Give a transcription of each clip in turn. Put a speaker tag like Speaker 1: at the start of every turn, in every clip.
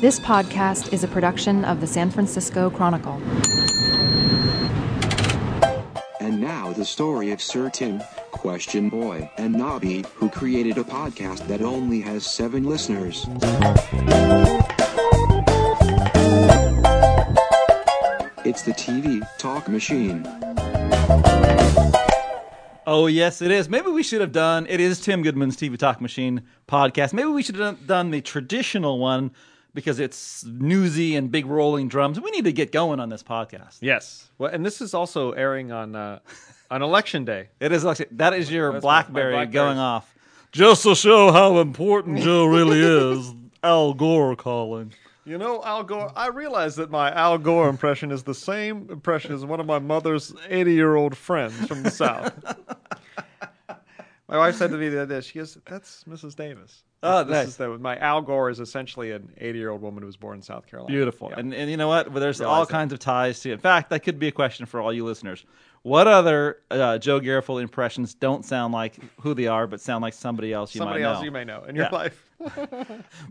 Speaker 1: This podcast is a production of the San Francisco Chronicle.
Speaker 2: And now the story of Sir Tim, Question Boy, and Nobby, who created a podcast that only has seven listeners. It's the TV Talk Machine.
Speaker 3: Oh yes, it is. Maybe we should have done. It is Tim Goodman's TV Talk Machine podcast. Maybe we should have done the traditional one because it's newsy and big rolling drums. We need to get going on this podcast.
Speaker 4: Yes. Well, and this is also airing on uh, on election day.
Speaker 3: It is. Alexi- That is your
Speaker 4: That's my- my
Speaker 3: BlackBerry
Speaker 4: Blackberry.
Speaker 3: going off. Just to show how important Joe really is, Al Gore calling.
Speaker 4: You know, Al Gore. I realize that my Al Gore impression is the same impression as one of my mother's eighty-year-old friends from the South. my wife said to me the other day, she goes, "That's Mrs. Davis."
Speaker 3: Oh,
Speaker 4: this
Speaker 3: nice.
Speaker 4: is the, my Al Gore is essentially an eighty-year-old woman who was born in South Carolina.
Speaker 3: Beautiful.
Speaker 4: Yeah.
Speaker 3: And, and you know what? Well, there's
Speaker 4: Realize
Speaker 3: all
Speaker 4: that.
Speaker 3: kinds of ties to it. In fact, that could be a question for all you listeners. What other uh, Joe Garofalo impressions don't sound like who they are, but sound like somebody else you
Speaker 4: somebody
Speaker 3: might
Speaker 4: else
Speaker 3: know?
Speaker 4: you may know in your
Speaker 3: Yeah.
Speaker 4: life.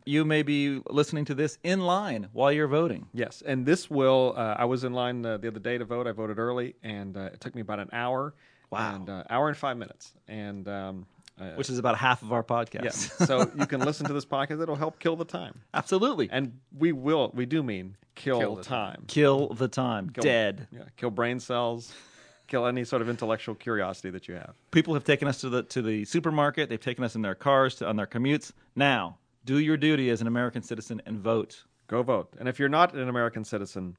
Speaker 3: you may be listening to this in line while you're voting.
Speaker 4: Yes, and this will. Uh, I was in line uh, the other day to vote. I voted early, and uh, it took me about an hour.
Speaker 3: Wow.
Speaker 4: and, uh, hour and five minutes, and um, uh,
Speaker 3: Which is about half of our podcast.
Speaker 4: yes. so you can listen to this podcast. It'll help kill the time,
Speaker 3: Absolutely.
Speaker 4: and we will. We do mean kill,
Speaker 3: Kill the
Speaker 4: time.
Speaker 3: kill the time.
Speaker 4: Kill-
Speaker 3: Dead.
Speaker 4: Yeah, kill brain cells. Kill any sort of intellectual curiosity that you have.
Speaker 3: People have taken us to the to the supermarket. They've taken us in their cars to, on their commutes. Now, do your duty as an American citizen and vote.
Speaker 4: Go vote, and if you're not an American citizen,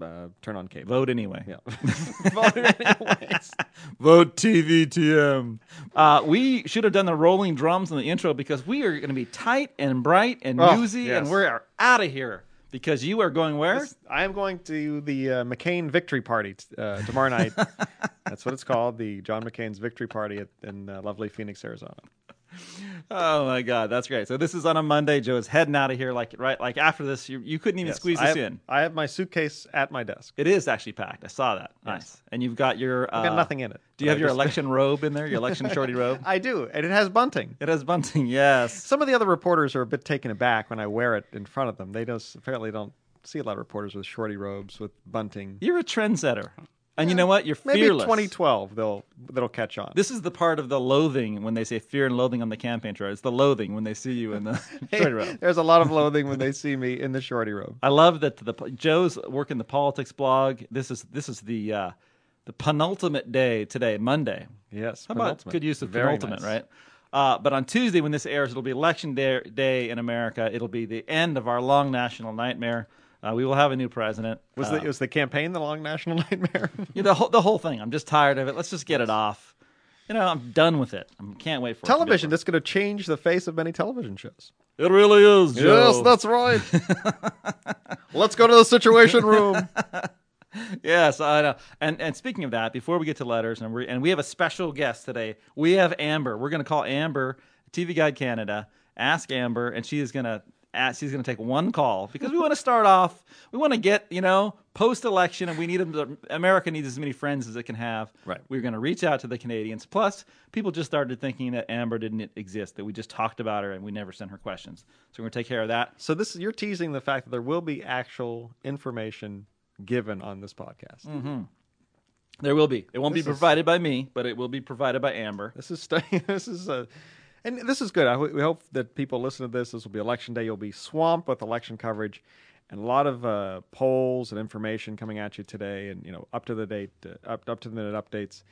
Speaker 4: uh, turn on cable.
Speaker 3: Vote anyway.
Speaker 4: Yeah, vote anyways.
Speaker 3: Vote TVTM. Uh, we should have done the rolling drums in the intro because we are going to be tight and bright and
Speaker 4: Oh,
Speaker 3: newsy,
Speaker 4: yes.
Speaker 3: and we are out of here because you are going where?
Speaker 4: I am going to the uh, McCain Victory Party t- uh, tomorrow night. That's what it's called, the John McCain's Victory Party at, in uh, lovely Phoenix, Arizona.
Speaker 3: Oh my God, that's great. So this is on a Monday. Joe is heading out of here. Like right, like after this, you, you couldn't even squeeze
Speaker 4: I
Speaker 3: this
Speaker 4: have,
Speaker 3: in.
Speaker 4: I have my suitcase at my desk.
Speaker 3: It is actually packed. I saw that. Nice. And you've got your. Uh,
Speaker 4: I've got nothing in it.
Speaker 3: Do you
Speaker 4: I
Speaker 3: have your
Speaker 4: just-
Speaker 3: election robe in there? Your election shorty robe.
Speaker 4: I do, and it has bunting.
Speaker 3: It has bunting. Yes.
Speaker 4: Some of the other reporters are a bit taken aback when I wear it in front of them. They just apparently don't see a lot of reporters with shorty robes with bunting.
Speaker 3: You're a trendsetter, and you know what? You're
Speaker 4: Maybe
Speaker 3: fearless.
Speaker 4: 2012 they'll that'll catch on.
Speaker 3: This is the part of the loathing when they say fear and loathing on the campaign trail. It's the loathing when they see you in the shorty robe.
Speaker 4: There's a lot of loathing when they see me in the shorty robe.
Speaker 3: I love that the Joe's working the politics blog. This is this is the uh, the penultimate day today, Monday.
Speaker 4: Yes,
Speaker 3: How about
Speaker 4: penultimate.
Speaker 3: good use of
Speaker 4: Very
Speaker 3: penultimate,
Speaker 4: nice.
Speaker 3: right? Uh, but on Tuesday, when this airs, it'll be election day, day in America. It'll be the end of our long national nightmare. Uh, we will have a new president.
Speaker 4: Was
Speaker 3: Uh,
Speaker 4: the was the campaign the long national nightmare?
Speaker 3: yeah, the whole the whole thing? I'm just tired of it. Let's just get it off. You know, I'm done with it. I can't wait for it to be
Speaker 4: television.
Speaker 3: over.
Speaker 4: That's going to change the face of many television shows.
Speaker 3: It really is, Joe.
Speaker 4: right. Let's go to the Situation Room.
Speaker 3: Yes, I know. And and speaking of that, before we get to letters, and we and we have a special guest today. We have Amber. We're going to call Amber, TV Guide Canada. Ask Amber, and she is going to ask. She's going to take one call because we want to start off. We want to get you know post election, and we need America needs as many friends as it can have.
Speaker 4: Right.
Speaker 3: We're going to reach out to the Canadians. Plus, people just started thinking that Amber didn't exist. That we just talked about her and we never sent her questions. So we're going to take care of that.
Speaker 4: so this you're teasing the fact that there will be actual information given on this podcast.
Speaker 3: There will be. It won't
Speaker 4: This
Speaker 3: be
Speaker 4: is-
Speaker 3: provided by me, but it will be provided by Amber.
Speaker 4: This is st- this is a. And this is good. I, ho- we hope that people listen to this. This will be election day. You'll be swamped with election coverage, and a lot of uh, polls and information coming at you today. And you know, up to the date, uh, up up to the minute updates.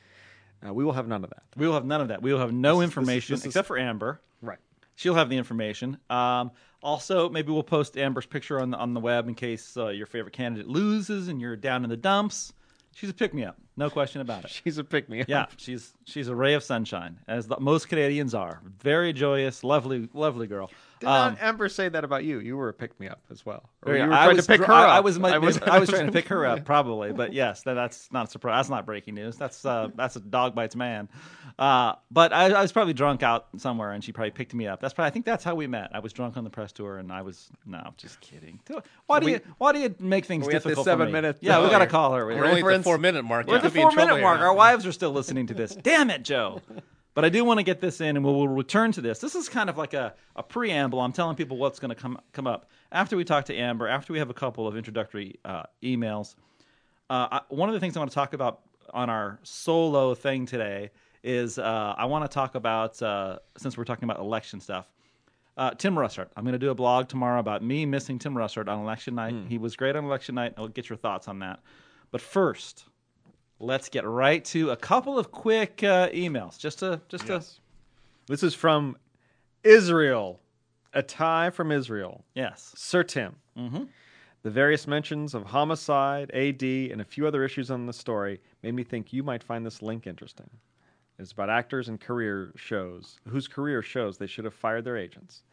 Speaker 4: Uh, we will have none of that.
Speaker 3: We will have none of that. We will have no information
Speaker 4: this is-
Speaker 3: except for Amber.
Speaker 4: Right.
Speaker 3: She'll have the information. Um, also, maybe we'll post Amber's picture on the on the web in case uh, your favorite candidate loses and you're down in the dumps. She's a pick me up, no question about it.
Speaker 4: She's a pick me.
Speaker 3: Yeah, she's she's a ray of sunshine, as the, most Canadians are. Very joyous, lovely, lovely girl.
Speaker 4: Did
Speaker 3: Um,
Speaker 4: not Amber say that about you? You were a pick me up as well. Or
Speaker 3: very-
Speaker 4: you were
Speaker 3: I
Speaker 4: trying
Speaker 3: was
Speaker 4: to pick
Speaker 3: dr-
Speaker 4: her
Speaker 3: I,
Speaker 4: up.
Speaker 3: I was, my, I was, trying to pick her up, probably. But yes, that, that's not a surprise. That's not breaking news. That's uh, that's a dog bites man. Uh, but I, I was probably drunk out somewhere, and she probably picked me up. That's probably. I think that's how we met. I was drunk on the press tour, and I was no, just kidding. Do- Why do
Speaker 4: We-
Speaker 3: you Why do you make things
Speaker 4: we at the
Speaker 3: difficult? for
Speaker 4: seven
Speaker 3: me?
Speaker 4: minute-
Speaker 3: Yeah, we
Speaker 4: Oh,
Speaker 3: got to
Speaker 4: yeah.
Speaker 3: call her.
Speaker 5: We're only at the
Speaker 4: Reference-
Speaker 5: four minute mark.
Speaker 3: We're at
Speaker 5: You
Speaker 3: the
Speaker 5: could be in
Speaker 3: four minute
Speaker 5: trouble here
Speaker 3: mark.
Speaker 5: now.
Speaker 3: Our wives are still listening to this. Damn it, Joe. But I do want to get this in, and we'll, we'll return to this. This is kind of like a, a preamble. I'm telling people what's going to come come up after we talk to Amber, after we have a couple of introductory uh, emails. Uh, I, one of the things I want to talk about on our solo thing today is uh, I want to talk about uh, since we're talking about election stuff. Uh, Tim Russert. I'm going to do a blog tomorrow about me missing Tim Russert on election night.
Speaker 5: Hmm.
Speaker 3: He was great on election night. I'll get your thoughts on that. But first, let's get right to a couple of quick uh, emails. Just to just to
Speaker 4: This is from Israel. A tie from Israel.
Speaker 3: yes.
Speaker 4: Sir Tim. Mm-hmm. The various mentions of homicide, AD, and a few other issues on the story made me think you might find this link interesting. It's about actors and career shows whose career shows they should have fired their agents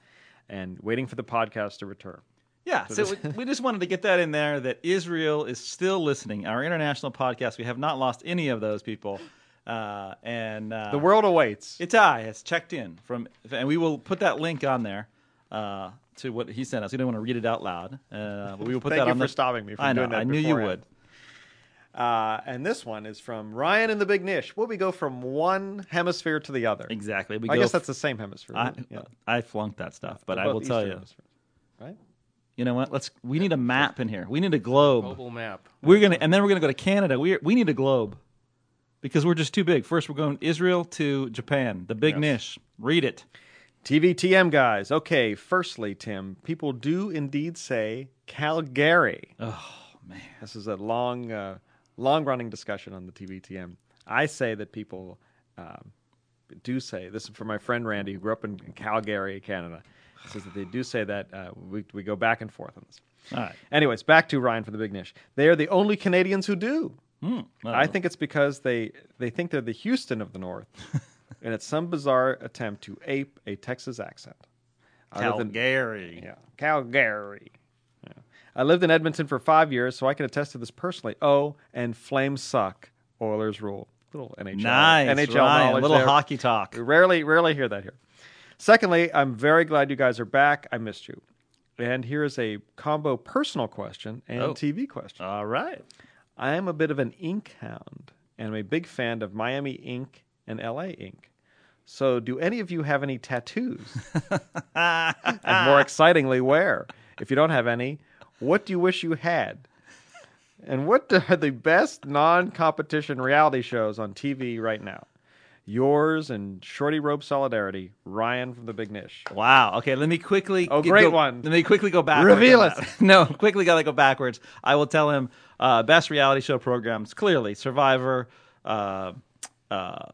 Speaker 4: and waiting for the podcast to return.
Speaker 3: Yeah, so we, we just wanted to get that in there that Israel is still listening. Our international podcast, we have not lost any of those people. Uh, and uh,
Speaker 4: The world awaits.
Speaker 3: It's I has checked in from, and we will put that link on there uh, to what he sent us. We don't want to read it out loud, uh, but we will put
Speaker 4: Thank
Speaker 3: that
Speaker 4: you
Speaker 3: on
Speaker 4: for
Speaker 3: the-
Speaker 4: stopping me from
Speaker 3: I know,
Speaker 4: doing that
Speaker 3: I knew you
Speaker 4: beforehand.
Speaker 3: would.
Speaker 4: Uh, and this one is from Ryan and the Big Nish. Will we go from one hemisphere to the other?
Speaker 3: Exactly. We
Speaker 4: I
Speaker 3: go
Speaker 4: guess
Speaker 3: f-
Speaker 4: that's the same hemisphere.
Speaker 3: I,
Speaker 4: isn't it? Yeah.
Speaker 3: I flunked that stuff, but I
Speaker 4: Both
Speaker 3: will tell
Speaker 4: Eastern
Speaker 3: you.
Speaker 4: hemispheres, Right?
Speaker 3: You know what? Let's. We need a map in here. We need a globe.
Speaker 5: Global map.
Speaker 3: We're gonna, and then we're gonna go to Canada. We we need a globe because we're just too big. First, we're going Israel to Japan. The big niche. Read it.
Speaker 4: TVTM guys. Okay, firstly, Tim, people do indeed say Calgary. Oh man, this is a long, uh, long-running discussion on the TVTM. I say that people um, do say this is for my friend Randy, who grew up in Calgary, Canada. Says that they do say that uh, we we go back and forth on this.
Speaker 3: All right.
Speaker 4: Anyways, back to Ryan for the Big Nish. They are the only Canadians who do.
Speaker 3: Hmm,
Speaker 4: I think it's because they they think they're the Houston of the North, and it's some bizarre attempt to ape a Texas accent. I lived in,
Speaker 3: Calgary.
Speaker 4: yeah, Calgary. Yeah. I lived in Edmonton for five years, so I can attest to this personally. Oh, and Flames suck. Oilers rule. Little NHL,
Speaker 3: Nice.
Speaker 4: NHL
Speaker 3: Ryan,
Speaker 4: knowledge
Speaker 3: little
Speaker 4: there.
Speaker 3: hockey talk.
Speaker 4: We rarely, rarely hear that here. Secondly, I'm very glad you guys are back. I missed you. And here is a combo personal question and
Speaker 3: Oh.
Speaker 4: TV question.
Speaker 3: All right.
Speaker 4: I am a bit of an ink hound, and I'm a big fan of Miami ink and LA ink. So, do any of you have any tattoos? and more excitingly, where? If you don't have any, what do you wish you had? And what are the best non competition reality shows on TV right now? Yours and Shorty Rope Solidarity, Ryan from the Big Nish.
Speaker 3: Wow. Okay, let me quickly.
Speaker 4: Oh,
Speaker 3: g-
Speaker 4: great
Speaker 3: go-
Speaker 4: one.
Speaker 3: Let me quickly go backwards.
Speaker 4: Reveal
Speaker 3: on
Speaker 4: it.
Speaker 3: that. no, quickly gotta go backwards. I will tell him uh, best reality show programs. Clearly, Survivor. Uh, uh,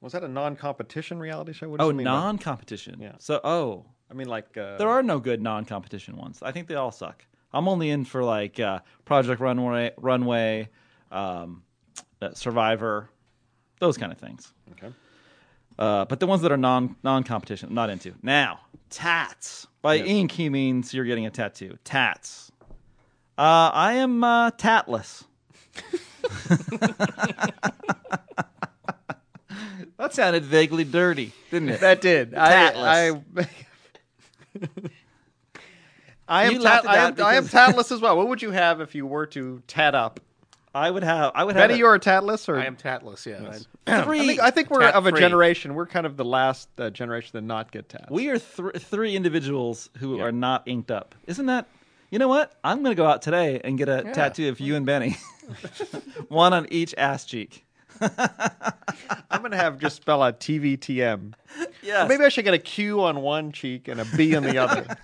Speaker 4: Was that a non competition reality show? What does
Speaker 3: oh,
Speaker 4: it mean by-
Speaker 3: non-competition.
Speaker 4: Yeah.
Speaker 3: So, oh,
Speaker 4: I mean, like. Uh,
Speaker 3: there are no good non-competition ones. I think they all suck. I'm only in for like uh, Project Runway, Runway, um, uh, Survivor, those kind of things.
Speaker 4: Okay.
Speaker 3: Uh, but the ones that are non non competition, I'm not into. Now, tats. By ink, he means you're getting a tattoo. Tats. Uh, I am uh, tatless. that sounded vaguely dirty, didn't it?
Speaker 4: That did. I, I, I am,
Speaker 3: You
Speaker 4: tat,
Speaker 3: laughed at
Speaker 4: I, am
Speaker 3: that
Speaker 4: I am
Speaker 3: because-
Speaker 4: tatless as well. What would you have if you were to tat up?
Speaker 3: I would have. I would have.
Speaker 4: Betty,
Speaker 3: a-
Speaker 4: you're a tatless, or
Speaker 5: I am tatless. Yeah.
Speaker 3: three.
Speaker 4: I think, I think we're of a
Speaker 5: Tat-free.
Speaker 4: generation. We're kind of the last uh, generation to not get tats.
Speaker 3: We are th- three individuals who are not inked up. Isn't that? You know what? I'm going to go out today and get a tattoo of you and Benny, one on each ass cheek.
Speaker 4: I'm gonna have just spell out TVTM.
Speaker 3: Yeah.
Speaker 4: Maybe I should get a Q on one cheek and a B on the other.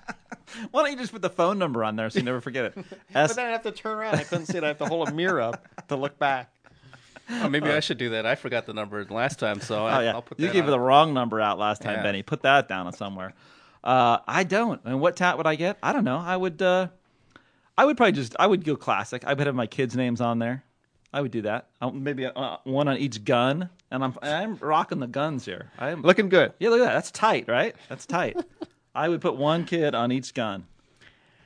Speaker 3: Why don't you just put the phone number on there so you never forget it? S-
Speaker 4: but then I have to turn around. I couldn't see it. I have to hold a mirror up to look back.
Speaker 5: Oh, maybe I should do that. I forgot the number last time, so
Speaker 3: oh
Speaker 5: I,
Speaker 3: yeah,
Speaker 5: I'll put that.
Speaker 3: you gave
Speaker 5: on.
Speaker 3: the wrong number out last time,
Speaker 5: Yeah.
Speaker 3: Benny. Put that down somewhere. Uh, I don't. And what tat would I get? I don't know. I would. Uh, I would probably just. I would go classic. I would have my kids' names on there. I would do that. Uh, maybe uh, one on each gun. And I'm I'm rocking the guns here. I am
Speaker 4: Looking good.
Speaker 3: Yeah, look at that. That's tight, right? That's tight. I would put one kid on each gun.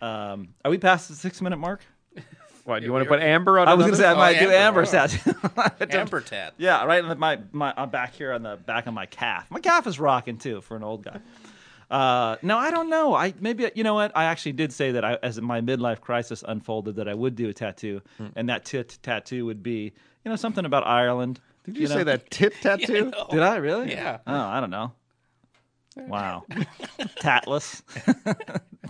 Speaker 3: Um, are we past the six minute mark?
Speaker 4: What you want to put Amber on?
Speaker 3: I was going to
Speaker 4: another?
Speaker 3: say I might do
Speaker 5: Amber.
Speaker 3: Amber's tattoo.
Speaker 5: Amber Tat.
Speaker 3: yeah, right. in the- My my I'm back here on the back of my calf. My calf is rocking too for an old guy. Uh, no, I don't know. I maybe you know what? I actually did say that I, as my midlife crisis
Speaker 4: Hmm.
Speaker 3: unfolded, that I would do a tattoo, and that tit tattoo would be you know something about Ireland,
Speaker 4: Did you, say that tit tattoo?
Speaker 3: Did I really?
Speaker 5: Yeah.
Speaker 3: Oh, I don't know. Wow. Tatless.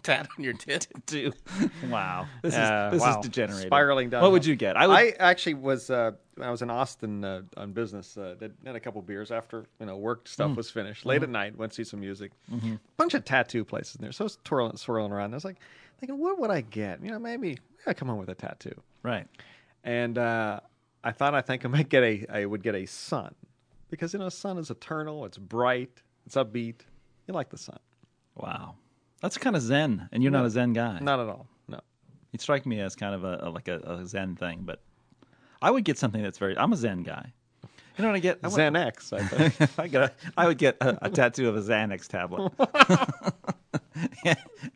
Speaker 5: Tat on your tit.
Speaker 3: Dude. Wow. This is
Speaker 4: Uh,
Speaker 3: this
Speaker 4: wow.
Speaker 3: is degenerating.
Speaker 4: Spiraling down.
Speaker 3: What would you get? I would.
Speaker 4: I actually was uh, when I was in Austin uh, on business. Uh, did, had a couple beers after you know work stuff
Speaker 3: Mm.
Speaker 4: was finished.
Speaker 3: Mm-hmm.
Speaker 4: Late at night, went to see some music. Bunch of tattoo places in there. So I was twirling, swirling around. I was like thinking, what would I get? You know, maybe I come home with a tattoo.
Speaker 3: right.
Speaker 4: And uh, I thought I think I might get a I would get a sun because you know sun is eternal. It's bright. It's upbeat. You like the sun?
Speaker 3: Wow. That's kind of zen, and you're not a zen guy.
Speaker 4: Not at all. No.
Speaker 3: You strike me as kind of a, a- like a, a zen thing, but I would get something that's very. I'm a zen guy. You know what I get? I,
Speaker 4: Xanax. I think.
Speaker 3: would, I get. A, I would get a, a tattoo of a Xanax tablet.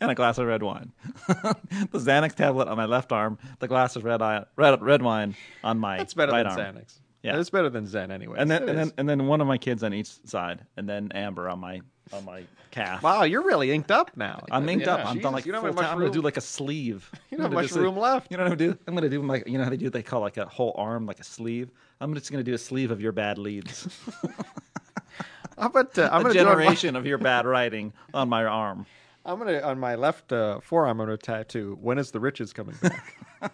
Speaker 3: and a glass of red wine. the Xanax tablet on my left arm, the glass of red eye, red, red wine on my
Speaker 4: That's better
Speaker 3: right
Speaker 4: than
Speaker 3: arm.
Speaker 4: Xanax.
Speaker 3: Yeah.
Speaker 4: it's better than Zen anyway.
Speaker 3: And then
Speaker 4: It
Speaker 3: and
Speaker 4: is.
Speaker 3: then and then one of my kids on each side, and then Amber on my on my calf.
Speaker 4: Wow, you're really inked up now.
Speaker 3: I'm inked
Speaker 5: Yeah,
Speaker 3: up. I'm
Speaker 4: Jesus,
Speaker 3: done like
Speaker 4: you don't
Speaker 3: full
Speaker 4: have
Speaker 3: time.
Speaker 4: much
Speaker 3: I'm gonna do
Speaker 4: room.
Speaker 3: like a sleeve. I'm
Speaker 4: You don't have
Speaker 3: gonna
Speaker 4: much
Speaker 3: just, like-
Speaker 4: room left.
Speaker 3: You know what I'm gonna do? I'm gonna do like you know how they do? They call like a whole arm like a sleeve. I'm just gonna do a sleeve of your bad leads,
Speaker 4: How about uh, I'm
Speaker 3: a
Speaker 4: going to do on my,
Speaker 3: generation of your bad writing on my arm.
Speaker 4: I'm going to on my left uh, forearm. I'm going to tattoo. When is the riches coming back?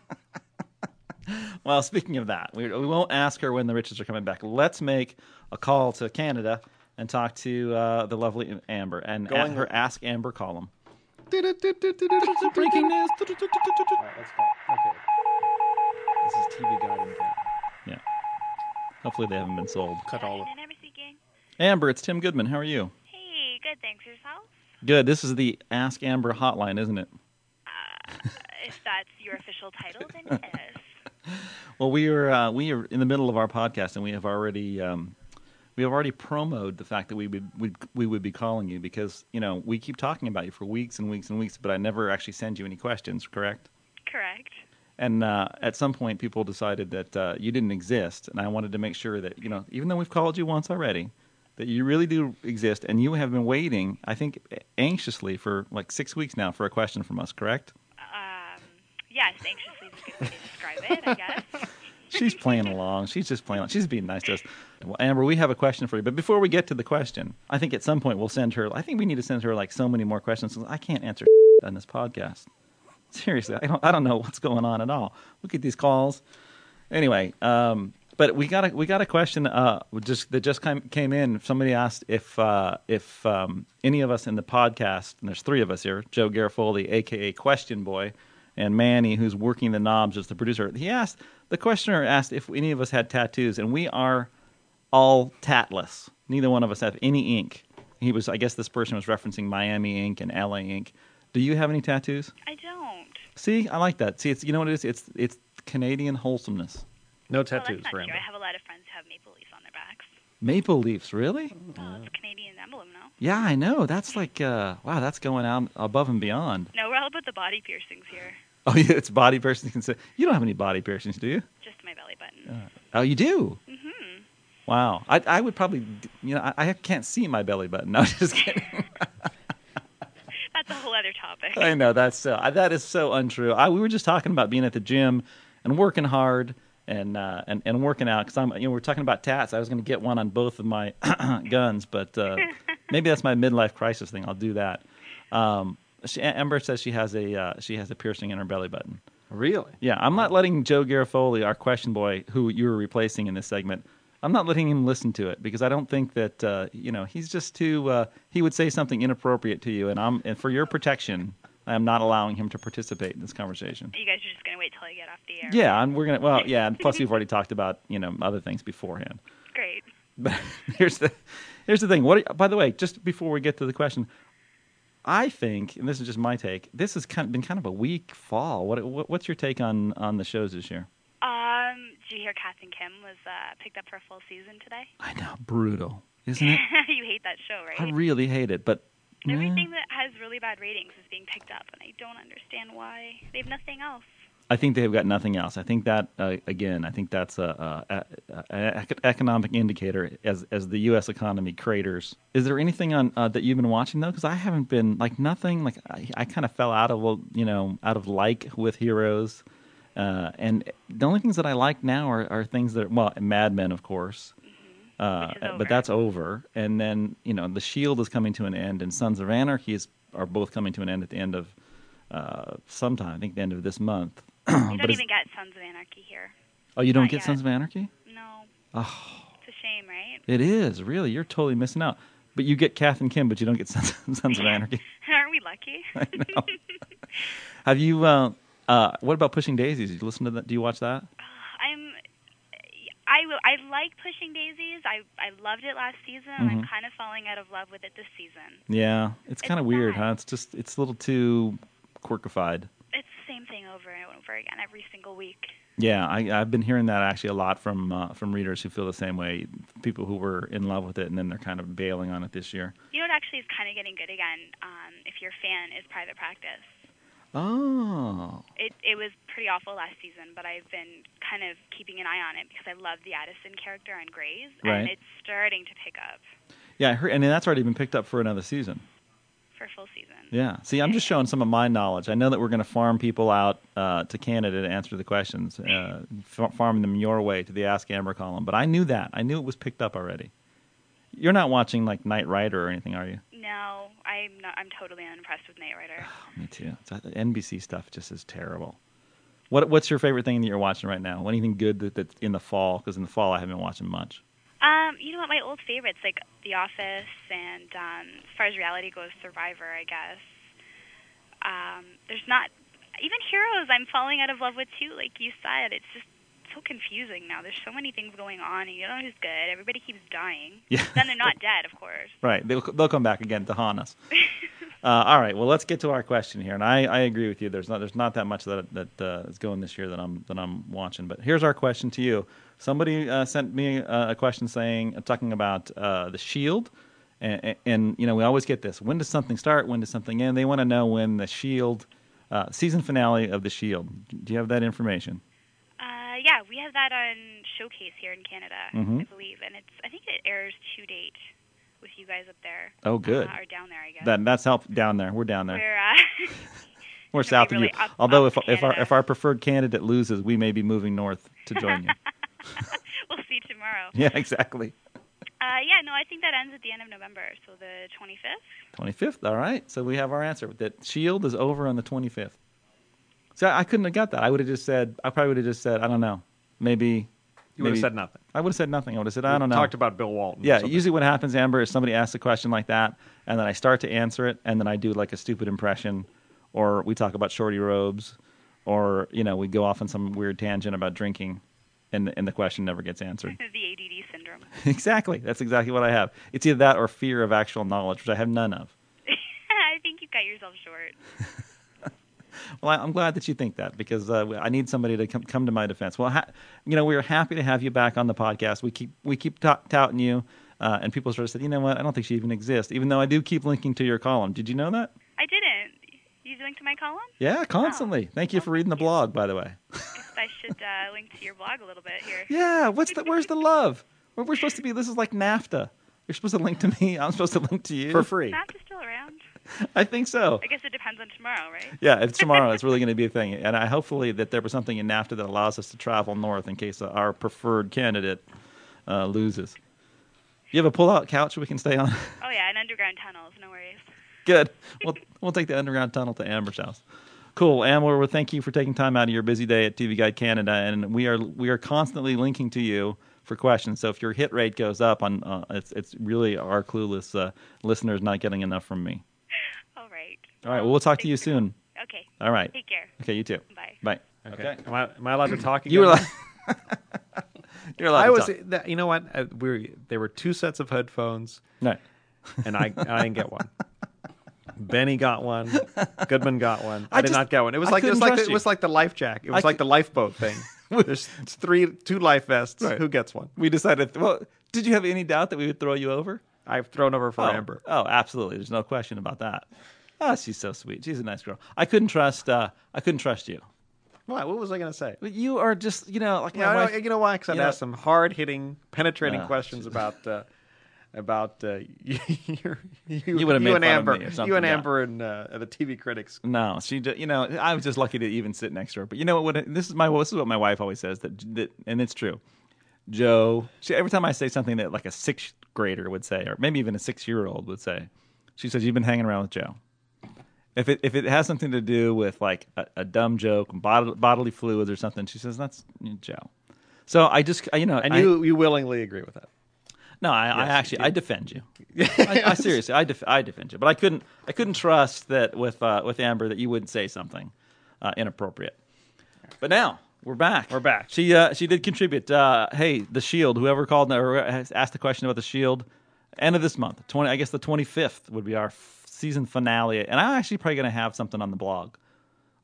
Speaker 3: Well, speaking of that, we, we won't ask her when the riches are coming back. Let's make a call to Canada and talk to uh, the lovely Amber and at
Speaker 4: Going-
Speaker 3: her Ask Amber column.
Speaker 4: Breaking news.
Speaker 6: This is TV Guide in town.
Speaker 3: Yeah. Hopefully they haven't been sold.
Speaker 5: Cut all of
Speaker 7: Hi, Amber speaking.
Speaker 3: Amber, it's Tim Goodman. How are you?
Speaker 7: Hey, good. Thanks yourself.
Speaker 3: Good. This is the Ask Amber hotline, isn't it?
Speaker 7: If that's your official title, then yes.
Speaker 3: Well, we are uh, we are in the middle of our podcast, and we have already um, we have already promoed the fact that we would we, we would be calling you because you know we keep talking about you for weeks and weeks and weeks, but I never actually send you any questions, correct?
Speaker 7: Correct.
Speaker 3: And uh, at some point, people decided that uh, you didn't exist, and I wanted to make sure that you know, even though we've called you once already, that you really do exist, and you have been waiting, I think, anxiously for like six weeks now for a question from us, correct?
Speaker 7: Yes, anxiously is a good way to describe it, I guess.
Speaker 3: She's playing along. She's just playing. Along. She's being nice to us. Well, Amber, we have a question for you. But before we get to the question, I think at some point we'll send her. I think we need to send her like so many more questions. I can't answer on this podcast. Seriously, I don't. I don't know what's going on at all. Look at these calls. Anyway, um, but we got a we got a question uh, just that just came came in. Somebody asked if uh, if um, any of us in the podcast, and there's three of us here: Joe Garofoli, aka Question Boy, and Manny, who's working the knobs as the producer. He asked the questioner asked if any of us had tattoos, and we are all tatless. Neither one of us have any ink. He was, I guess, this person was referencing Miami ink and LA ink. Do you have any tattoos?
Speaker 7: I don't.
Speaker 3: See, I like that. See, it's you know what it is. It's it's Canadian wholesomeness.
Speaker 4: No
Speaker 7: Well,
Speaker 4: tattoos
Speaker 7: that's not
Speaker 4: for
Speaker 7: true.
Speaker 4: Amber.
Speaker 7: I have a lot of friends who have maple leaves on their backs.
Speaker 3: Maple leaves, really?
Speaker 7: Well, it's a Canadian emblem, no?
Speaker 3: Yeah, I know. That's like uh, wow, that's going out above and beyond.
Speaker 7: No, we're all about the body piercings here.
Speaker 3: Oh yeah, it's body piercings. Can say you don't have any body piercings, do you?
Speaker 7: Just my belly button.
Speaker 3: Oh, you do. Mm-hmm. Wow, I I would probably you know I, I can't see my belly button. No, just kidding.
Speaker 7: That's a whole other topic.
Speaker 3: I know that's so I- that is so untrue. I, we were just talking about being at the gym and working hard and uh, and and working out because I'm you know we're talking about tats. I was going to get one on both of my guns, but uh, maybe that's my midlife crisis thing. I'll do that. Um, she, Amber says she has a uh, she has a piercing in her belly button.
Speaker 4: Really?
Speaker 3: Yeah, I'm not letting Joe Garofoli, our question boy, who you were replacing in this segment, I'm not letting him listen to it because I don't think that uh, you know he's just too. Uh, he would say something inappropriate to you, and I'm and for your protection, I am not allowing him to participate in this conversation.
Speaker 7: You guys are just going to wait till I get off the air.
Speaker 3: Yeah, and we're gonna. Well, yeah, and plus you've already talked about you know other things beforehand.
Speaker 7: Great.
Speaker 3: But here's the here's the thing. What? Are, by the way, just before we get to the question, I think, and this is just my take. This has kind of been kind of a weak fall. What, what what's your take on on the shows this year?
Speaker 7: Um, did you hear Kath and Kim was uh, picked up for a full season today?
Speaker 3: I know, brutal, isn't it?
Speaker 7: you hate that show, right?
Speaker 3: Mm-hmm. I really hate it, but
Speaker 7: Everything that has really bad ratings is being picked up, and I don't understand why. They have nothing else.
Speaker 3: I think they've got nothing else. I think that uh, again, I think that's a, a, a, a ec- economic indicator as as the U.S. economy craters. Is there anything on uh, that you've been watching though? Because I haven't been like nothing. Like I, I kind of fell out of well, you know out of like with Heroes, Uh, and the only things that I like now are, are things that, are, well, Mad Men, of course, uh,
Speaker 7: Which is over.
Speaker 3: but that's over. And then you know, The Shield is coming to an end, and Sons of Anarchy is are both coming to an end at the end of uh, sometime. I think the end of this month.
Speaker 7: You
Speaker 3: Oh, But
Speaker 7: don't
Speaker 3: it's-
Speaker 7: even get Sons of Anarchy here.
Speaker 3: oh, you don't
Speaker 7: not
Speaker 3: get
Speaker 7: yet.
Speaker 3: Sons of Anarchy?
Speaker 7: No. It's a shame, right?
Speaker 3: It is really. You're totally missing out. But you get Kath and Kim, but you don't get Sons, Sons of Anarchy.
Speaker 7: Aren't we lucky?
Speaker 3: Have you? Uh, uh, what about Pushing Daisies? Did you listen to that? Do you watch that?
Speaker 7: I'm. I will. I like Pushing Daisies. I I loved it last season. and
Speaker 3: Mm-hmm.
Speaker 7: I'm kind of falling out of love with it this season.
Speaker 3: Yeah, it's kind of
Speaker 7: It's
Speaker 3: weird,
Speaker 7: fun.
Speaker 3: huh? It's just it's a little too quirkified.
Speaker 7: It's the same thing over and over again every single week.
Speaker 3: Yeah, I, I've been hearing that actually a lot from uh, from readers who feel the same way. People who were in love with it and then they're kind of bailing on it this year.
Speaker 7: You know what actually is kind of getting good again. Um, if you're a fan, is Private Practice.
Speaker 3: Oh,
Speaker 7: It it was pretty awful last season, but I've been kind of keeping an eye on it because I love the Addison character on Grey's, and
Speaker 3: Right.
Speaker 7: it's starting to pick up
Speaker 3: yeah, I heard, and that's already been picked up for another season.
Speaker 7: for full season.
Speaker 3: Yeah. See, I'm just showing some of my knowledge. I know that we're going to farm people out uh, to Canada to answer the questions, uh, far- farm them your way to the Ask Amber column. But I knew that. I knew it was picked up already. You're not watching like Knight Rider or anything, are you?
Speaker 7: No, I'm not. I'm totally unimpressed with Knight Rider.
Speaker 3: Me too. It's- uh, the NBC stuff just is terrible. What What's your favorite thing that you're watching right now? Anything good that, that's in the fall? Because in the fall, I haven't been watching much.
Speaker 7: Um, you know what? My old favorites like The Office, and um, as far as reality goes, Survivor. I guess. Um, there's not even Heroes. I'm falling out of love with too. Like you said, it's just so confusing now. There's so many things going on, and you don't know who's good. Everybody keeps dying.
Speaker 3: Yeah.
Speaker 7: Then they're not dead, of course.
Speaker 3: Right. They'll, they'll come back again to haunt us. uh, all right. Well, let's get to our question here, and I, I agree with you. There's not there's not that much that that uh, is going this year that I'm that I'm watching. But here's our question to you. Somebody uh, sent me uh, a question saying talking about uh, the Shield, and, and you know we always get this. When does something start? When does something end? They want to know when the Shield uh, season finale of the Shield. Do you have that information?
Speaker 7: Uh, yeah, we have that on Showcase here in Canada, I
Speaker 3: Mm-hmm.
Speaker 7: believe, and it's I think it airs to date with you guys up there.
Speaker 3: Oh, good.
Speaker 7: Uh, or down there, I guess.
Speaker 3: That that's help down there. We're down there.
Speaker 7: We're, uh,
Speaker 3: We're
Speaker 7: be
Speaker 3: south
Speaker 7: really
Speaker 3: of you.
Speaker 7: up-
Speaker 3: Although
Speaker 7: up
Speaker 3: if if our
Speaker 7: Canada.
Speaker 3: if our preferred candidate loses, we may be moving north to join you.
Speaker 7: we'll see tomorrow.
Speaker 3: yeah, exactly.
Speaker 7: Uh, yeah, no, I think that ends at the end of November, so the 25th.
Speaker 3: Twenty fifth. All right. So we have our answer. That Shield is over on the twenty fifth. So I couldn't have got that. I would have just said. I probably would have just said. I don't know. Maybe.
Speaker 4: You would have
Speaker 3: maybe-
Speaker 4: said nothing.
Speaker 3: I would have said nothing. I would have said. I
Speaker 4: We
Speaker 3: don't know.
Speaker 4: Talked about Bill Walton. or
Speaker 3: Yeah,
Speaker 4: something.
Speaker 3: usually what happens, Amber, is somebody asks a question like that, and then I start to answer it, and then I do like a stupid impression, or we talk about shorty robes, or you know we go off on some weird tangent about drinking, and and the question never gets answered.
Speaker 7: The ADD syndrome.
Speaker 3: exactly, that's exactly what I have. It's either that or fear of actual knowledge, which I have none of.
Speaker 7: I think you cut yourself short.
Speaker 3: Well, I, I'm glad that you think that because uh, I need somebody to come come to my defense. Well, ha- you know, we are happy to have you back on the podcast. We keep we keep ta- touting you, uh, and people sort of said, you know what, I don't think she even exists, even though I do keep linking to your column. Did you know that?
Speaker 7: I didn't. You linked to my column?
Speaker 3: Yeah, constantly. Thank you for reading the blog, by the way.
Speaker 7: I should uh, link to your blog a little bit here.
Speaker 3: Yeah, what's the where's the love? We're, we're supposed to be. This is like NAFTA. You're supposed to link to me. I'm supposed to link to you.
Speaker 4: for free.
Speaker 7: Maps is still around.
Speaker 3: I think so.
Speaker 7: I guess it depends on tomorrow, right?
Speaker 3: Yeah, it's tomorrow. It's really going to be a thing, and I hopefully that there was something in NAFTA that allows us to travel north in case our preferred candidate uh, loses. You have a pull-out couch we can stay on.
Speaker 7: Oh, yeah, and underground tunnels, no worries.
Speaker 3: Good. We'll we'll take the underground tunnel to Amber's house. Cool, Amber. Well, thank you for taking time out of your busy day at TV Guide Canada, and we are we are constantly linking to you for questions. So if your hit rate goes up, on uh, it's it's really our clueless uh, listeners not getting enough from me.
Speaker 7: All right.
Speaker 3: All right. Well, we'll talk to you
Speaker 7: Thanks for-
Speaker 3: soon.
Speaker 7: Okay.
Speaker 3: All right.
Speaker 7: Take care.
Speaker 3: Okay. You too.
Speaker 7: Bye.
Speaker 3: Bye.
Speaker 4: Okay. Am I, am I allowed to talk again?
Speaker 3: You were like. You're allowed
Speaker 4: I
Speaker 3: to
Speaker 4: was.
Speaker 3: talk.
Speaker 4: That, you know what? Uh, we were, there were two sets of headphones,
Speaker 3: No.
Speaker 4: and I I didn't get one. Benny got one. Goodman got one. I,
Speaker 3: I
Speaker 4: did
Speaker 3: just-
Speaker 4: not get one. It was
Speaker 3: I
Speaker 4: like it was
Speaker 3: couldn't
Speaker 4: like
Speaker 3: trust
Speaker 4: it was
Speaker 3: you.
Speaker 4: like the life jack. It was
Speaker 3: I
Speaker 4: like
Speaker 3: cou-
Speaker 4: the lifeboat thing. There's three two life vests.
Speaker 3: Right.
Speaker 4: Who gets one?
Speaker 3: We decided. Well, did you have any doubt that we would throw you over?
Speaker 4: I've thrown over for
Speaker 3: Oh,
Speaker 4: Amber.
Speaker 3: Oh, absolutely. There's no question about that. Oh, she's so sweet. She's a nice girl. I couldn't trust. Uh, I couldn't trust you.
Speaker 4: Why? What was I going to say?
Speaker 3: But you are just, you know, like my
Speaker 4: Yeah, I know-
Speaker 3: wife.
Speaker 4: you know why? Because I've
Speaker 3: you know-
Speaker 4: asked some hard hitting, penetrating
Speaker 3: Ah,
Speaker 4: questions about uh, about uh, you, you,
Speaker 3: You would've made fun of
Speaker 4: and Amber,
Speaker 3: me or something,
Speaker 4: you and
Speaker 3: yeah.
Speaker 4: Amber and uh, the TV critics.
Speaker 3: No, she. ju- You know, I was just lucky to even sit next to her. But you know what? This is my. This is what my wife always says that, that and it's true. Joe. She, every time I say something that like a sixth grader would say, or maybe even a six year old would say, she says, "You've been hanging around with Joe." If it if it has something to do with like a, a dumb joke, bod- bodily fluids or something, she says that's Joe. So I just I- you know
Speaker 4: And
Speaker 3: I-
Speaker 4: you, you willingly agree with that.
Speaker 3: no, I, I actually I defend you. I, I seriously, I, def- I defend you, but I couldn't I couldn't trust that with uh, with Amber that you wouldn't say something uh, inappropriate. But now we're back. We're
Speaker 4: back.
Speaker 3: She uh, she did contribute. Uh, hey, the Shield. Whoever called or asked the question about the Shield. End of this month, twenty. I guess the twenty fifth would be our f- season finale, and I'm actually probably going to have something on the blog. A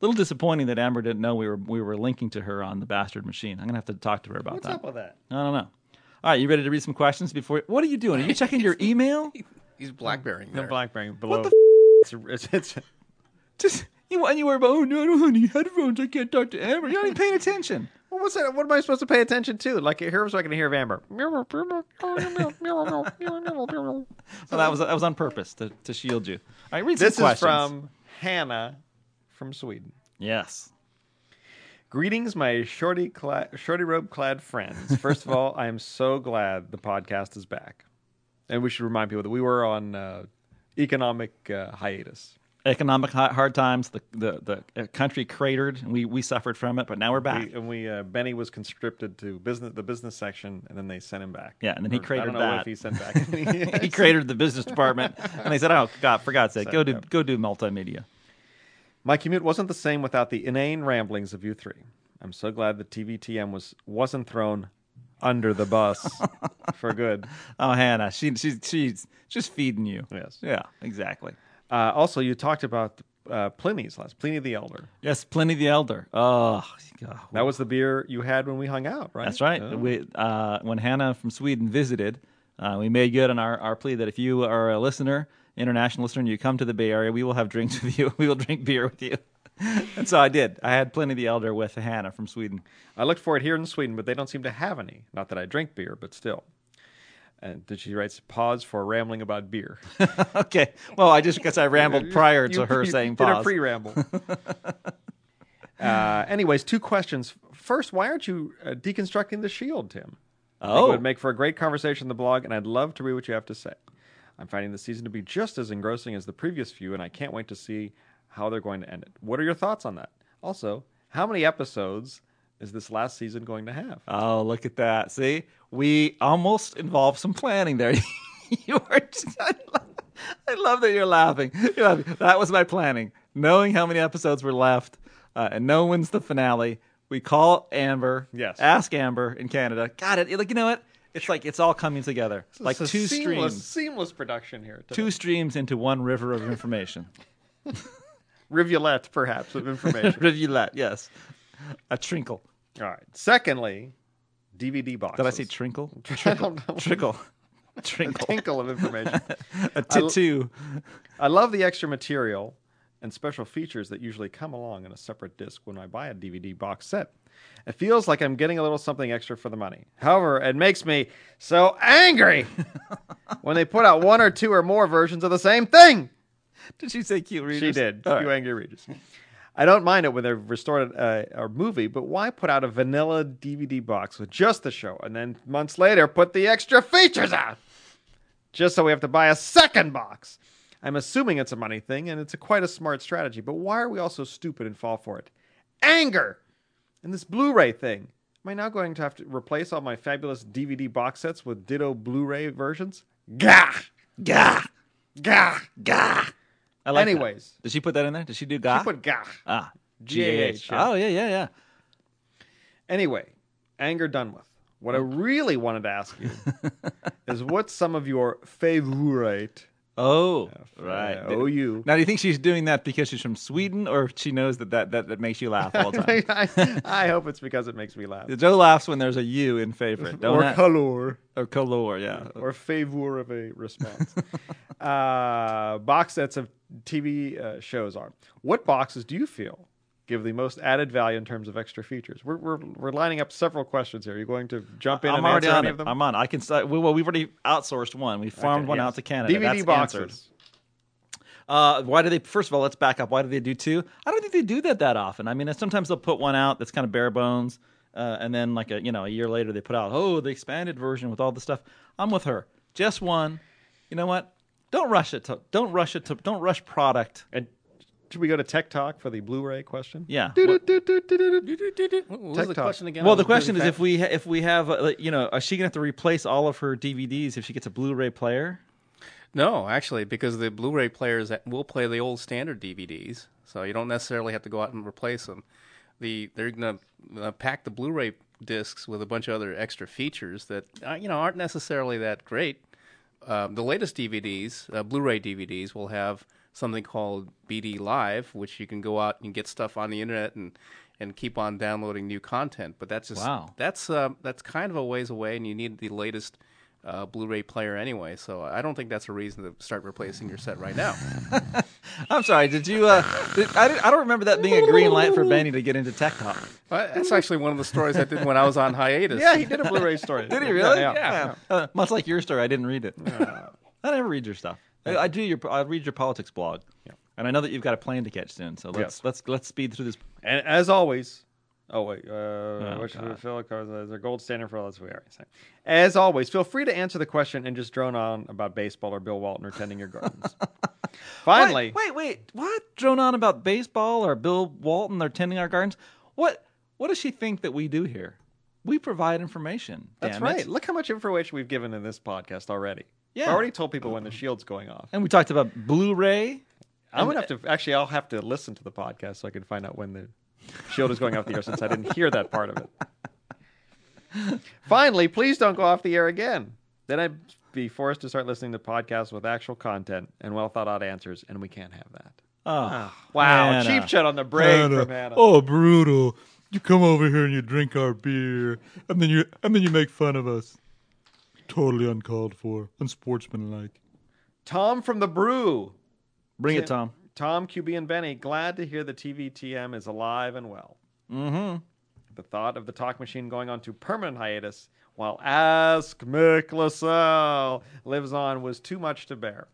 Speaker 3: little disappointing that Amber didn't know we were we were linking to her on the Bastard Machine. I'm going to have to talk to her about
Speaker 4: What's
Speaker 3: that.
Speaker 4: up with that?
Speaker 3: I don't know. All right, you ready to read some questions before? What are you doing? Are you checking your email?
Speaker 5: He's blackberrying
Speaker 4: The
Speaker 5: there.
Speaker 4: Blackberry below. it's, it's, it's,
Speaker 3: Just you and you were about. Oh no, I don't have any headphones. I can't talk to Amber. You're not even paying attention.
Speaker 4: well, what's that? What am I supposed to pay attention to? Like, here's what I can hear of Amber.
Speaker 3: So that was that was on purpose to, to shield you. All right, read
Speaker 4: This
Speaker 3: some questions.
Speaker 4: is from Hannah from Sweden.
Speaker 3: yes.
Speaker 4: Greetings, my shorty cla- shorty robe clad friends. First of all, I am so glad the podcast is back, and we should remind people that we were on uh, economic uh, hiatus.
Speaker 3: Economic hi- hard times. The the, the uh, country cratered. And we we suffered from it, but now we're back.
Speaker 4: We, and we uh, Benny was conscripted to business the business section, and then they sent him back.
Speaker 3: Yeah, and then he
Speaker 4: Or, I
Speaker 3: cratered
Speaker 4: don't know
Speaker 3: that.
Speaker 4: if he sent back.
Speaker 3: he cratered the business department, and they said, "Oh God, for God's sake, go do go do multimedia."
Speaker 4: My commute wasn't the same without the inane ramblings of you three. I'm so glad the TVTM was wasn't thrown under the bus for good.
Speaker 3: Oh Hannah, she she's she's just feeding you.
Speaker 4: Yes.
Speaker 3: Yeah. Exactly.
Speaker 4: Uh, also, you talked about uh, Pliny's last Pliny the Elder.
Speaker 3: Yes, Pliny the Elder. Oh, God.
Speaker 4: That was the beer you had when we hung out, right?
Speaker 3: That's right.
Speaker 4: Oh.
Speaker 3: We, uh, when Hannah from Sweden visited, uh, we made good on our, our plea that if you are a listener, international listener, and you come to the Bay Area, we will have drinks with you. We will drink beer with you. and so I did. I had Pliny the Elder with Hannah from Sweden.
Speaker 4: I looked for it here in Sweden, but they don't seem to have any. Not that I drink beer, but still. And then she writes, pause for rambling about beer.
Speaker 3: okay. Well, I just because I rambled prior to
Speaker 4: You-
Speaker 3: her
Speaker 4: you
Speaker 3: saying
Speaker 4: did
Speaker 3: pause.
Speaker 4: a pre ramble. uh, anyways, two questions. First, why aren't you uh, deconstructing the shield, Tim? I think
Speaker 3: Oh.
Speaker 4: it would make for a great conversation on the blog, and I'd love to read what you have to say. I'm finding the season to be just as engrossing as the previous few, and I can't wait to see how they're going to end it. What are your thoughts on that? Also, how many episodes is this last season going to have?
Speaker 3: Oh, look at that. See, we almost involved some planning there. you are just, I, love, I love that you're laughing. You're laughing. That was my planning. Knowing how many episodes were left uh, and no one's the finale, we call Amber.
Speaker 4: Yes.
Speaker 3: Ask Amber in Canada. Got it. Like, you know what? It's like it's all coming together. Like
Speaker 4: It's a
Speaker 3: two streams.
Speaker 4: seamless, Seamless production here. today.
Speaker 3: Two streams into one river of information.
Speaker 4: rivulets, perhaps, of information.
Speaker 3: Rivulet, yes. A trinkle.
Speaker 4: All right. Secondly, DVD boxes.
Speaker 3: Did I say trinkle? Trickle. Trickle. Trinkle.
Speaker 4: tinkle of information?
Speaker 3: A tattoo.
Speaker 4: I love the extra material and special features that usually come along in a separate disc when I buy a DVD box set. It feels like I'm getting a little something extra for the money. However, it makes me so angry when they put out one or two or more versions of the same thing.
Speaker 3: Did she say cute readers?
Speaker 4: She did.
Speaker 3: All right.
Speaker 4: You angry Regis. I don't mind it when they've restored a, a movie, but why put out a vanilla DVD box with just the show and then months later put the extra features out? Just so we have to buy a second box. I'm assuming it's a money thing and it's a quite a smart strategy, but why are we all so stupid and fall for it? Anger! And this Blu ray thing. Am I now going to have to replace all my fabulous DVD box sets with ditto Blu ray versions? Gah! Gah! Gah! Gah!
Speaker 3: I like that.
Speaker 4: Anyways.
Speaker 3: Did she put that in there? Did she do gah?
Speaker 4: I put gah.
Speaker 3: ah,
Speaker 4: G-A-H, yeah.
Speaker 3: Oh, yeah, yeah, yeah.
Speaker 4: Anyway, anger done with. What I really wanted to ask you is what's some of your favorite?
Speaker 3: Oh, right.
Speaker 4: uh, OU.
Speaker 3: Now, do you think she's doing that because she's from Sweden or she knows that that, that, that makes you laugh all the time?
Speaker 4: I, I hope it's because it makes me laugh.
Speaker 3: Joe laughs when there's a you in favorite. Don't
Speaker 4: or
Speaker 3: that?
Speaker 4: color,
Speaker 3: or color, yeah.
Speaker 4: or favor of a response. uh, box sets of TV uh, shows are. What boxes do you feel give the most added value in terms of extra features? We're, we're, we're lining up several questions here. Are you going to jump in
Speaker 3: I'm
Speaker 4: and
Speaker 3: already
Speaker 4: answer
Speaker 3: on
Speaker 4: any
Speaker 3: it.
Speaker 4: of them?
Speaker 3: I'm on. it. I can. si- Well, we've already outsourced one. We farmed one out to Canada.
Speaker 4: DVD
Speaker 3: That's
Speaker 4: boxes.
Speaker 3: answered. Uh, why do they? First of all, let's back up. Why do they do two? I don't think they do that that often. I mean, sometimes they'll put one out that's kind of bare bones, uh, and then like a you know a year later they put out oh the expanded version with all the stuff. I'm with her. Just one. You know what? Don't rush it. To, don't rush it. To, don't rush product.
Speaker 4: And should we go to Tech Talk for the Blu-ray question?
Speaker 3: Yeah.
Speaker 4: Do-do-do-do-do-do.
Speaker 5: What was the
Speaker 4: TikTok.
Speaker 5: question again?
Speaker 3: Well,
Speaker 5: I
Speaker 3: the
Speaker 5: was
Speaker 3: question is
Speaker 5: busy
Speaker 3: if we ha- if we have uh, like, you know is she gonna have to replace all of her DVDs if she gets a Blu-ray player?
Speaker 5: No, actually, because the Blu-ray players that will play the old standard DVDs, so you don't necessarily have to go out and replace them. The they're gonna uh, pack the Blu-ray discs with a bunch of other extra features that uh, you know aren't necessarily that great. Uh, the latest DVDs, uh, Blu-ray DVDs, will have something called BD Live, which you can go out and get stuff on the internet and and keep on downloading new content. But that's just
Speaker 3: Wow.
Speaker 5: that's uh, that's kind of a ways away, and you need the latest uh, Blu-ray player anyway. So I don't think that's a reason to start replacing your set right now.
Speaker 3: I'm sorry. Did you? Uh, did, I, did, I don't remember that being a green light for Benny to get into Tech Talk.
Speaker 5: But Uh, that's actually one of the stories I did when I was on hiatus.
Speaker 4: Yeah, he did a Blu-ray story.
Speaker 3: Did he really?
Speaker 4: Yeah.
Speaker 3: Uh, much like your story, I didn't read it. I never read your stuff. I, I do your. I read your politics blog. And I know that you've got a plane to catch soon, so let's
Speaker 4: Yes.
Speaker 3: let's let's speed through this.
Speaker 4: And as always, oh wait, uh, which
Speaker 3: God.
Speaker 4: Phil Cars is our gold standard for all this we already said. As always, feel free to answer the question and just drone on about baseball or Bill Walton or tending your gardens. Finally,
Speaker 3: wait, wait, wait. What drone on about baseball or Bill Walton or tending our gardens? What what does she think that we do here? We provide information.
Speaker 4: that's
Speaker 3: damn it.
Speaker 4: right. Look how much information we've given in this podcast already.
Speaker 3: Yeah.
Speaker 4: I already told people when the shield's going off.
Speaker 3: And we talked about Blu-ray.
Speaker 4: I'm gonna have to actually. I'll have to listen to the podcast so I can find out when the shield is going off the air since I didn't hear that part of it. Finally, please don't go off the air again. Then I'd be forced to start listening to podcasts with actual content and well thought out answers, and we can't have that.
Speaker 3: Oh,
Speaker 4: Ah, Wow,
Speaker 3: Hannah.
Speaker 4: cheap shot on the brain
Speaker 8: Hannah.
Speaker 4: from Hannah.
Speaker 8: Oh, brutal! You come over here and you drink our beer, and then you and then you make fun of us. Totally uncalled for, unsportsmanlike.
Speaker 4: Tom from the Brew.
Speaker 3: bring it, Tom.
Speaker 4: Tom, QB, and Benny, glad to hear the TVTM is alive and well. Mm-hmm. The thought of the talk machine going on to permanent hiatus while Ask Mick LaSalle lives on was too much to bear.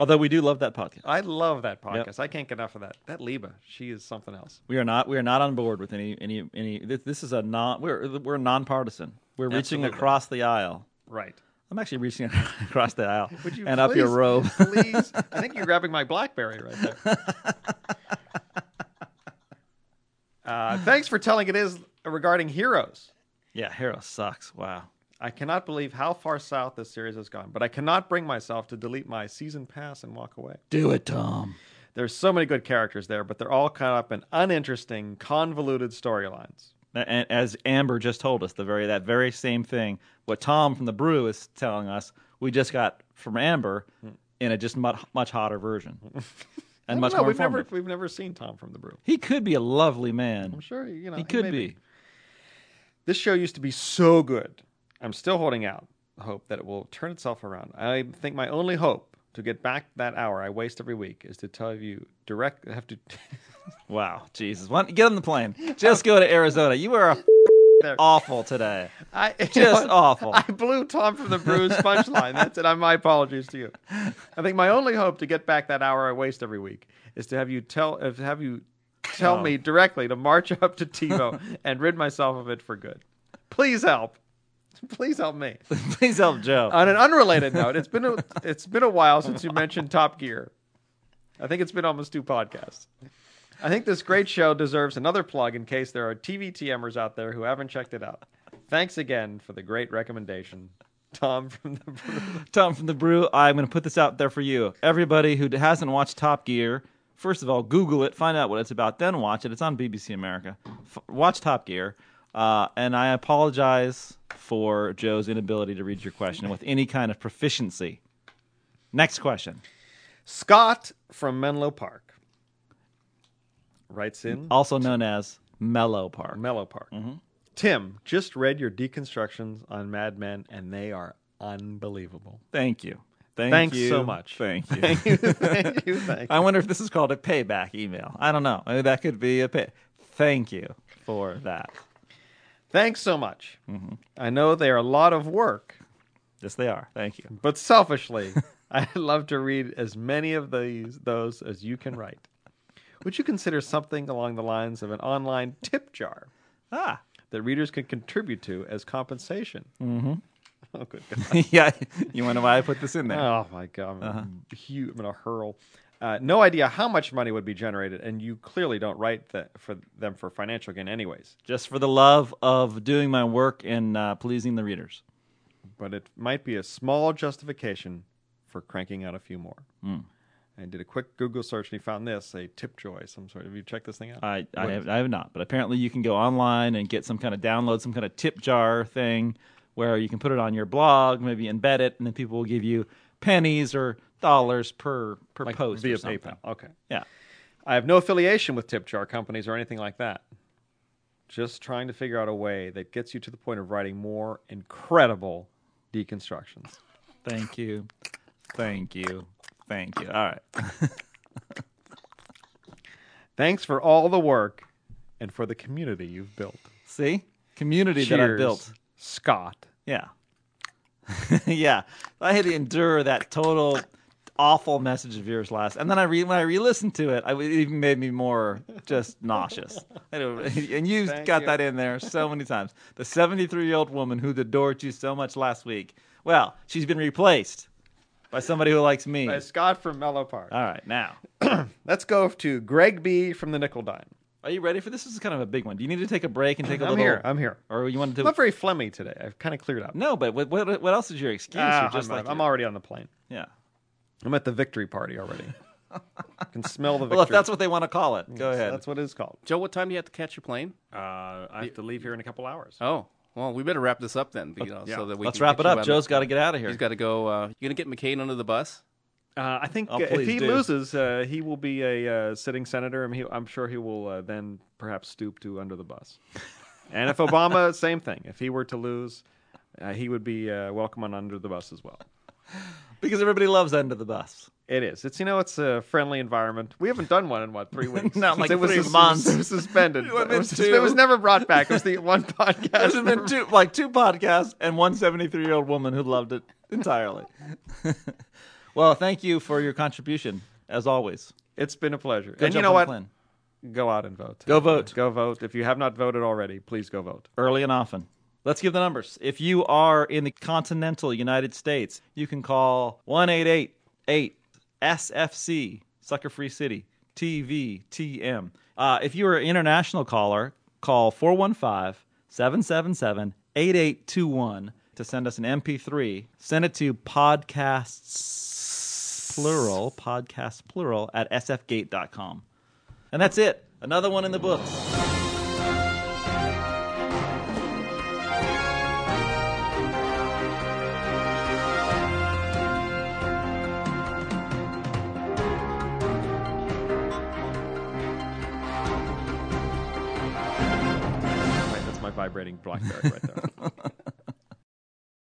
Speaker 3: Although we do love that podcast,
Speaker 4: I love that podcast. I can't get enough of that. That Liba, she is something else.
Speaker 3: we are not we are not on board with any any any. This, this is a non we're we're nonpartisan. We're reaching across the aisle.
Speaker 4: Right.
Speaker 3: I'm actually reaching across the aisle
Speaker 4: Would you
Speaker 3: and up your
Speaker 4: please-
Speaker 3: robe.
Speaker 4: please. I think you're grabbing my BlackBerry right there. Uh, thanks for telling it is regarding heroes.
Speaker 3: yeah, Hero sucks. Wow.
Speaker 4: I cannot believe how far south this series has gone, but I cannot bring myself to delete my season pass and walk away.
Speaker 3: Do it, Tom.
Speaker 4: There's so many good characters there, but they're all caught up in uninteresting, convoluted storylines.
Speaker 3: And as Amber just told us, the very that very same thing. What Tom from the Brew is telling us, we just got from Amber in a just much, much hotter version and much
Speaker 4: No,
Speaker 3: more
Speaker 4: we've never
Speaker 3: informative.
Speaker 4: we've never seen Tom from the Brew.
Speaker 3: He could be a lovely man.
Speaker 4: I'm sure you know
Speaker 3: he could
Speaker 4: may
Speaker 3: be.
Speaker 4: This show used to be so good. I'm still holding out the hope that it will turn itself around. I think my only hope to get back that hour I waste every week is to tell you direct. Have to
Speaker 3: Wow, Jesus! Why don't- get on the plane. Just go to Arizona. You are a
Speaker 4: there.
Speaker 3: awful today.
Speaker 4: I
Speaker 3: Just awful.
Speaker 4: I blew Tom from the Brews punchline. That's it. I'm my apologies to you. I think my only hope to get back that hour I waste every week is to have you tell if have you tell
Speaker 3: Oh.
Speaker 4: me directly to march up to TiVo and rid myself of it for good. Please help. Please help me.
Speaker 3: Please help Joe.
Speaker 4: On an unrelated note, it's been a, it's been a while since you mentioned Top Gear. I think it's been almost two podcasts. I think this great show deserves another plug in case there are TVTMers out there who haven't checked it out. Thanks again for the great recommendation, Tom from the Brew.
Speaker 3: Tom from the Brew, I'm going to put this out there for you. Everybody who hasn't watched Top Gear, first of all, Google it, find out what it's about, then watch it. It's on BBC America. F- watch Top Gear. Uh, and I apologize for Joe's inability to read your question with any kind of proficiency. Next question.
Speaker 4: Scott from Menlo Park writes in
Speaker 3: Also known as Mellow Park.
Speaker 4: Menlo Park. Tim, just read your deconstructions on Mad Men, and they are unbelievable.
Speaker 3: Thank you. Thank
Speaker 4: Thanks
Speaker 3: you.
Speaker 4: so much.
Speaker 3: Thank you.
Speaker 4: Thank you. Thank you. Thank you.
Speaker 3: I wonder if this is called a payback email. I don't know. Maybe That could be a pay. Thank you for that.
Speaker 4: Thanks so much. I know they are a lot of work,
Speaker 3: Yes, they are. Thank you.
Speaker 4: but selfishly, I'd love to read as many of these those as you can write. Would you consider something along the lines of an online tip jar
Speaker 3: Ah,
Speaker 4: that readers can contribute to as compensation? Mm-hmm. Oh, good God.
Speaker 3: yeah. You wonder why I put this in there?
Speaker 4: Oh my god, I'm, huge, I'm gonna hurl. Uh, no idea how much money would be generated, and you clearly don't write that for them for financial gain, anyways.
Speaker 3: Just for the love of doing my work and uh, pleasing the readers.
Speaker 4: But it might be a small justification for cranking out a few more.
Speaker 3: Hmm.
Speaker 4: I did a quick Google search and he found this a tip joy, some sort. Have you checked this thing out?
Speaker 3: I, I, have, I have not, but apparently you can go online and get some kind of download, some kind of tip jar thing where you can put it on your blog, maybe embed it, and then people will give you pennies or dollars per per
Speaker 4: Like
Speaker 3: post
Speaker 4: via
Speaker 3: or something.
Speaker 4: PayPal. Okay.
Speaker 3: Yeah,
Speaker 4: I have no affiliation with tip jar companies or anything like that. Just trying to figure out a way that gets you to the point of writing more incredible deconstructions.
Speaker 3: thank you, thank you, thank you. All right,
Speaker 4: Thanks for all the work and for the community you've built.
Speaker 3: see community that I built.
Speaker 4: Scott.
Speaker 3: Yeah, yeah. I had to endure that total awful message of yours last, and then I re- when I re-listened to it, I, it even made me more just nauseous. I don't- and you got that in there so many times. The 73-year-old woman who adored you so much last week. Well, she's been replaced by somebody who likes me.
Speaker 4: By Scott from Mellow Park.
Speaker 3: All right, now.
Speaker 4: Let's go to Greg B from the Nickel Dime.
Speaker 3: Are you ready for this? This is kind of a big one. Do you need to take a break and take a
Speaker 4: I'm
Speaker 3: little?
Speaker 4: here. I'm here.
Speaker 3: Or you want to
Speaker 4: I'm
Speaker 3: do?
Speaker 4: not very phlegmy today. I've kind of cleared up.
Speaker 3: no, but what, what what else is your excuse? You're
Speaker 4: Ah,
Speaker 3: just
Speaker 4: I'm,
Speaker 3: like
Speaker 4: I'm already on the plane.
Speaker 3: yeah.
Speaker 4: I'm at the victory party already. I can smell the victory.
Speaker 3: Well, if that's what they want to call it, go ahead.
Speaker 4: That's what it's called.
Speaker 5: Joe, what time do you have to catch your plane?
Speaker 6: Uh, I have to leave here in a couple hours.
Speaker 4: Uh,
Speaker 5: Oh, well, we better wrap this up then, you know,
Speaker 6: yeah.
Speaker 5: so that we
Speaker 3: Let's
Speaker 5: can
Speaker 3: wrap
Speaker 5: get
Speaker 3: it
Speaker 5: you
Speaker 3: up.
Speaker 5: out
Speaker 3: Joe's
Speaker 5: of-
Speaker 3: got to get out of here.
Speaker 5: He's got to go. Uh, you gonna get McCain under the bus?
Speaker 4: Uh, I think
Speaker 3: Oh,
Speaker 4: uh, if
Speaker 3: please
Speaker 4: he
Speaker 3: do.
Speaker 4: loses, uh, he will be a uh, sitting senator, and he, I'm sure he will uh, then perhaps stoop to under the bus. and if Obama, same thing. If he were to lose, uh, he would be uh, welcome on under the bus as well.
Speaker 3: because everybody loves under the bus.
Speaker 4: It is. It's you know, it's a friendly environment. We haven't done one in what three weeks?
Speaker 3: Not
Speaker 4: Since
Speaker 3: like
Speaker 4: it was
Speaker 3: three
Speaker 4: sus-
Speaker 3: months.
Speaker 4: It was suspended.
Speaker 3: You went
Speaker 4: it, was,
Speaker 3: into-
Speaker 4: it was never brought back. It was the one podcast.
Speaker 3: There's been two, like two podcasts and one 73 year old woman who loved it entirely. well, thank you for your contribution as always.
Speaker 4: It's been a pleasure.
Speaker 3: Go
Speaker 4: and you
Speaker 3: jump
Speaker 4: know
Speaker 3: on
Speaker 4: what?
Speaker 3: a plane.
Speaker 4: Go out and vote.
Speaker 3: Go vote.
Speaker 4: Go vote. If you have not voted already, please go vote.
Speaker 3: early and often. Let's give the numbers. If you are in the continental United States, you can call 1888 SFC, Sucker Free City, TVTM. Uh, if you are an international caller, call 415 777 8821 to send us an MP3. Send it to podcasts, plural, podcasts, plural, at sfgate.com. And that's it. Another one in the books.
Speaker 4: Right, that's my vibrating blackberry right there.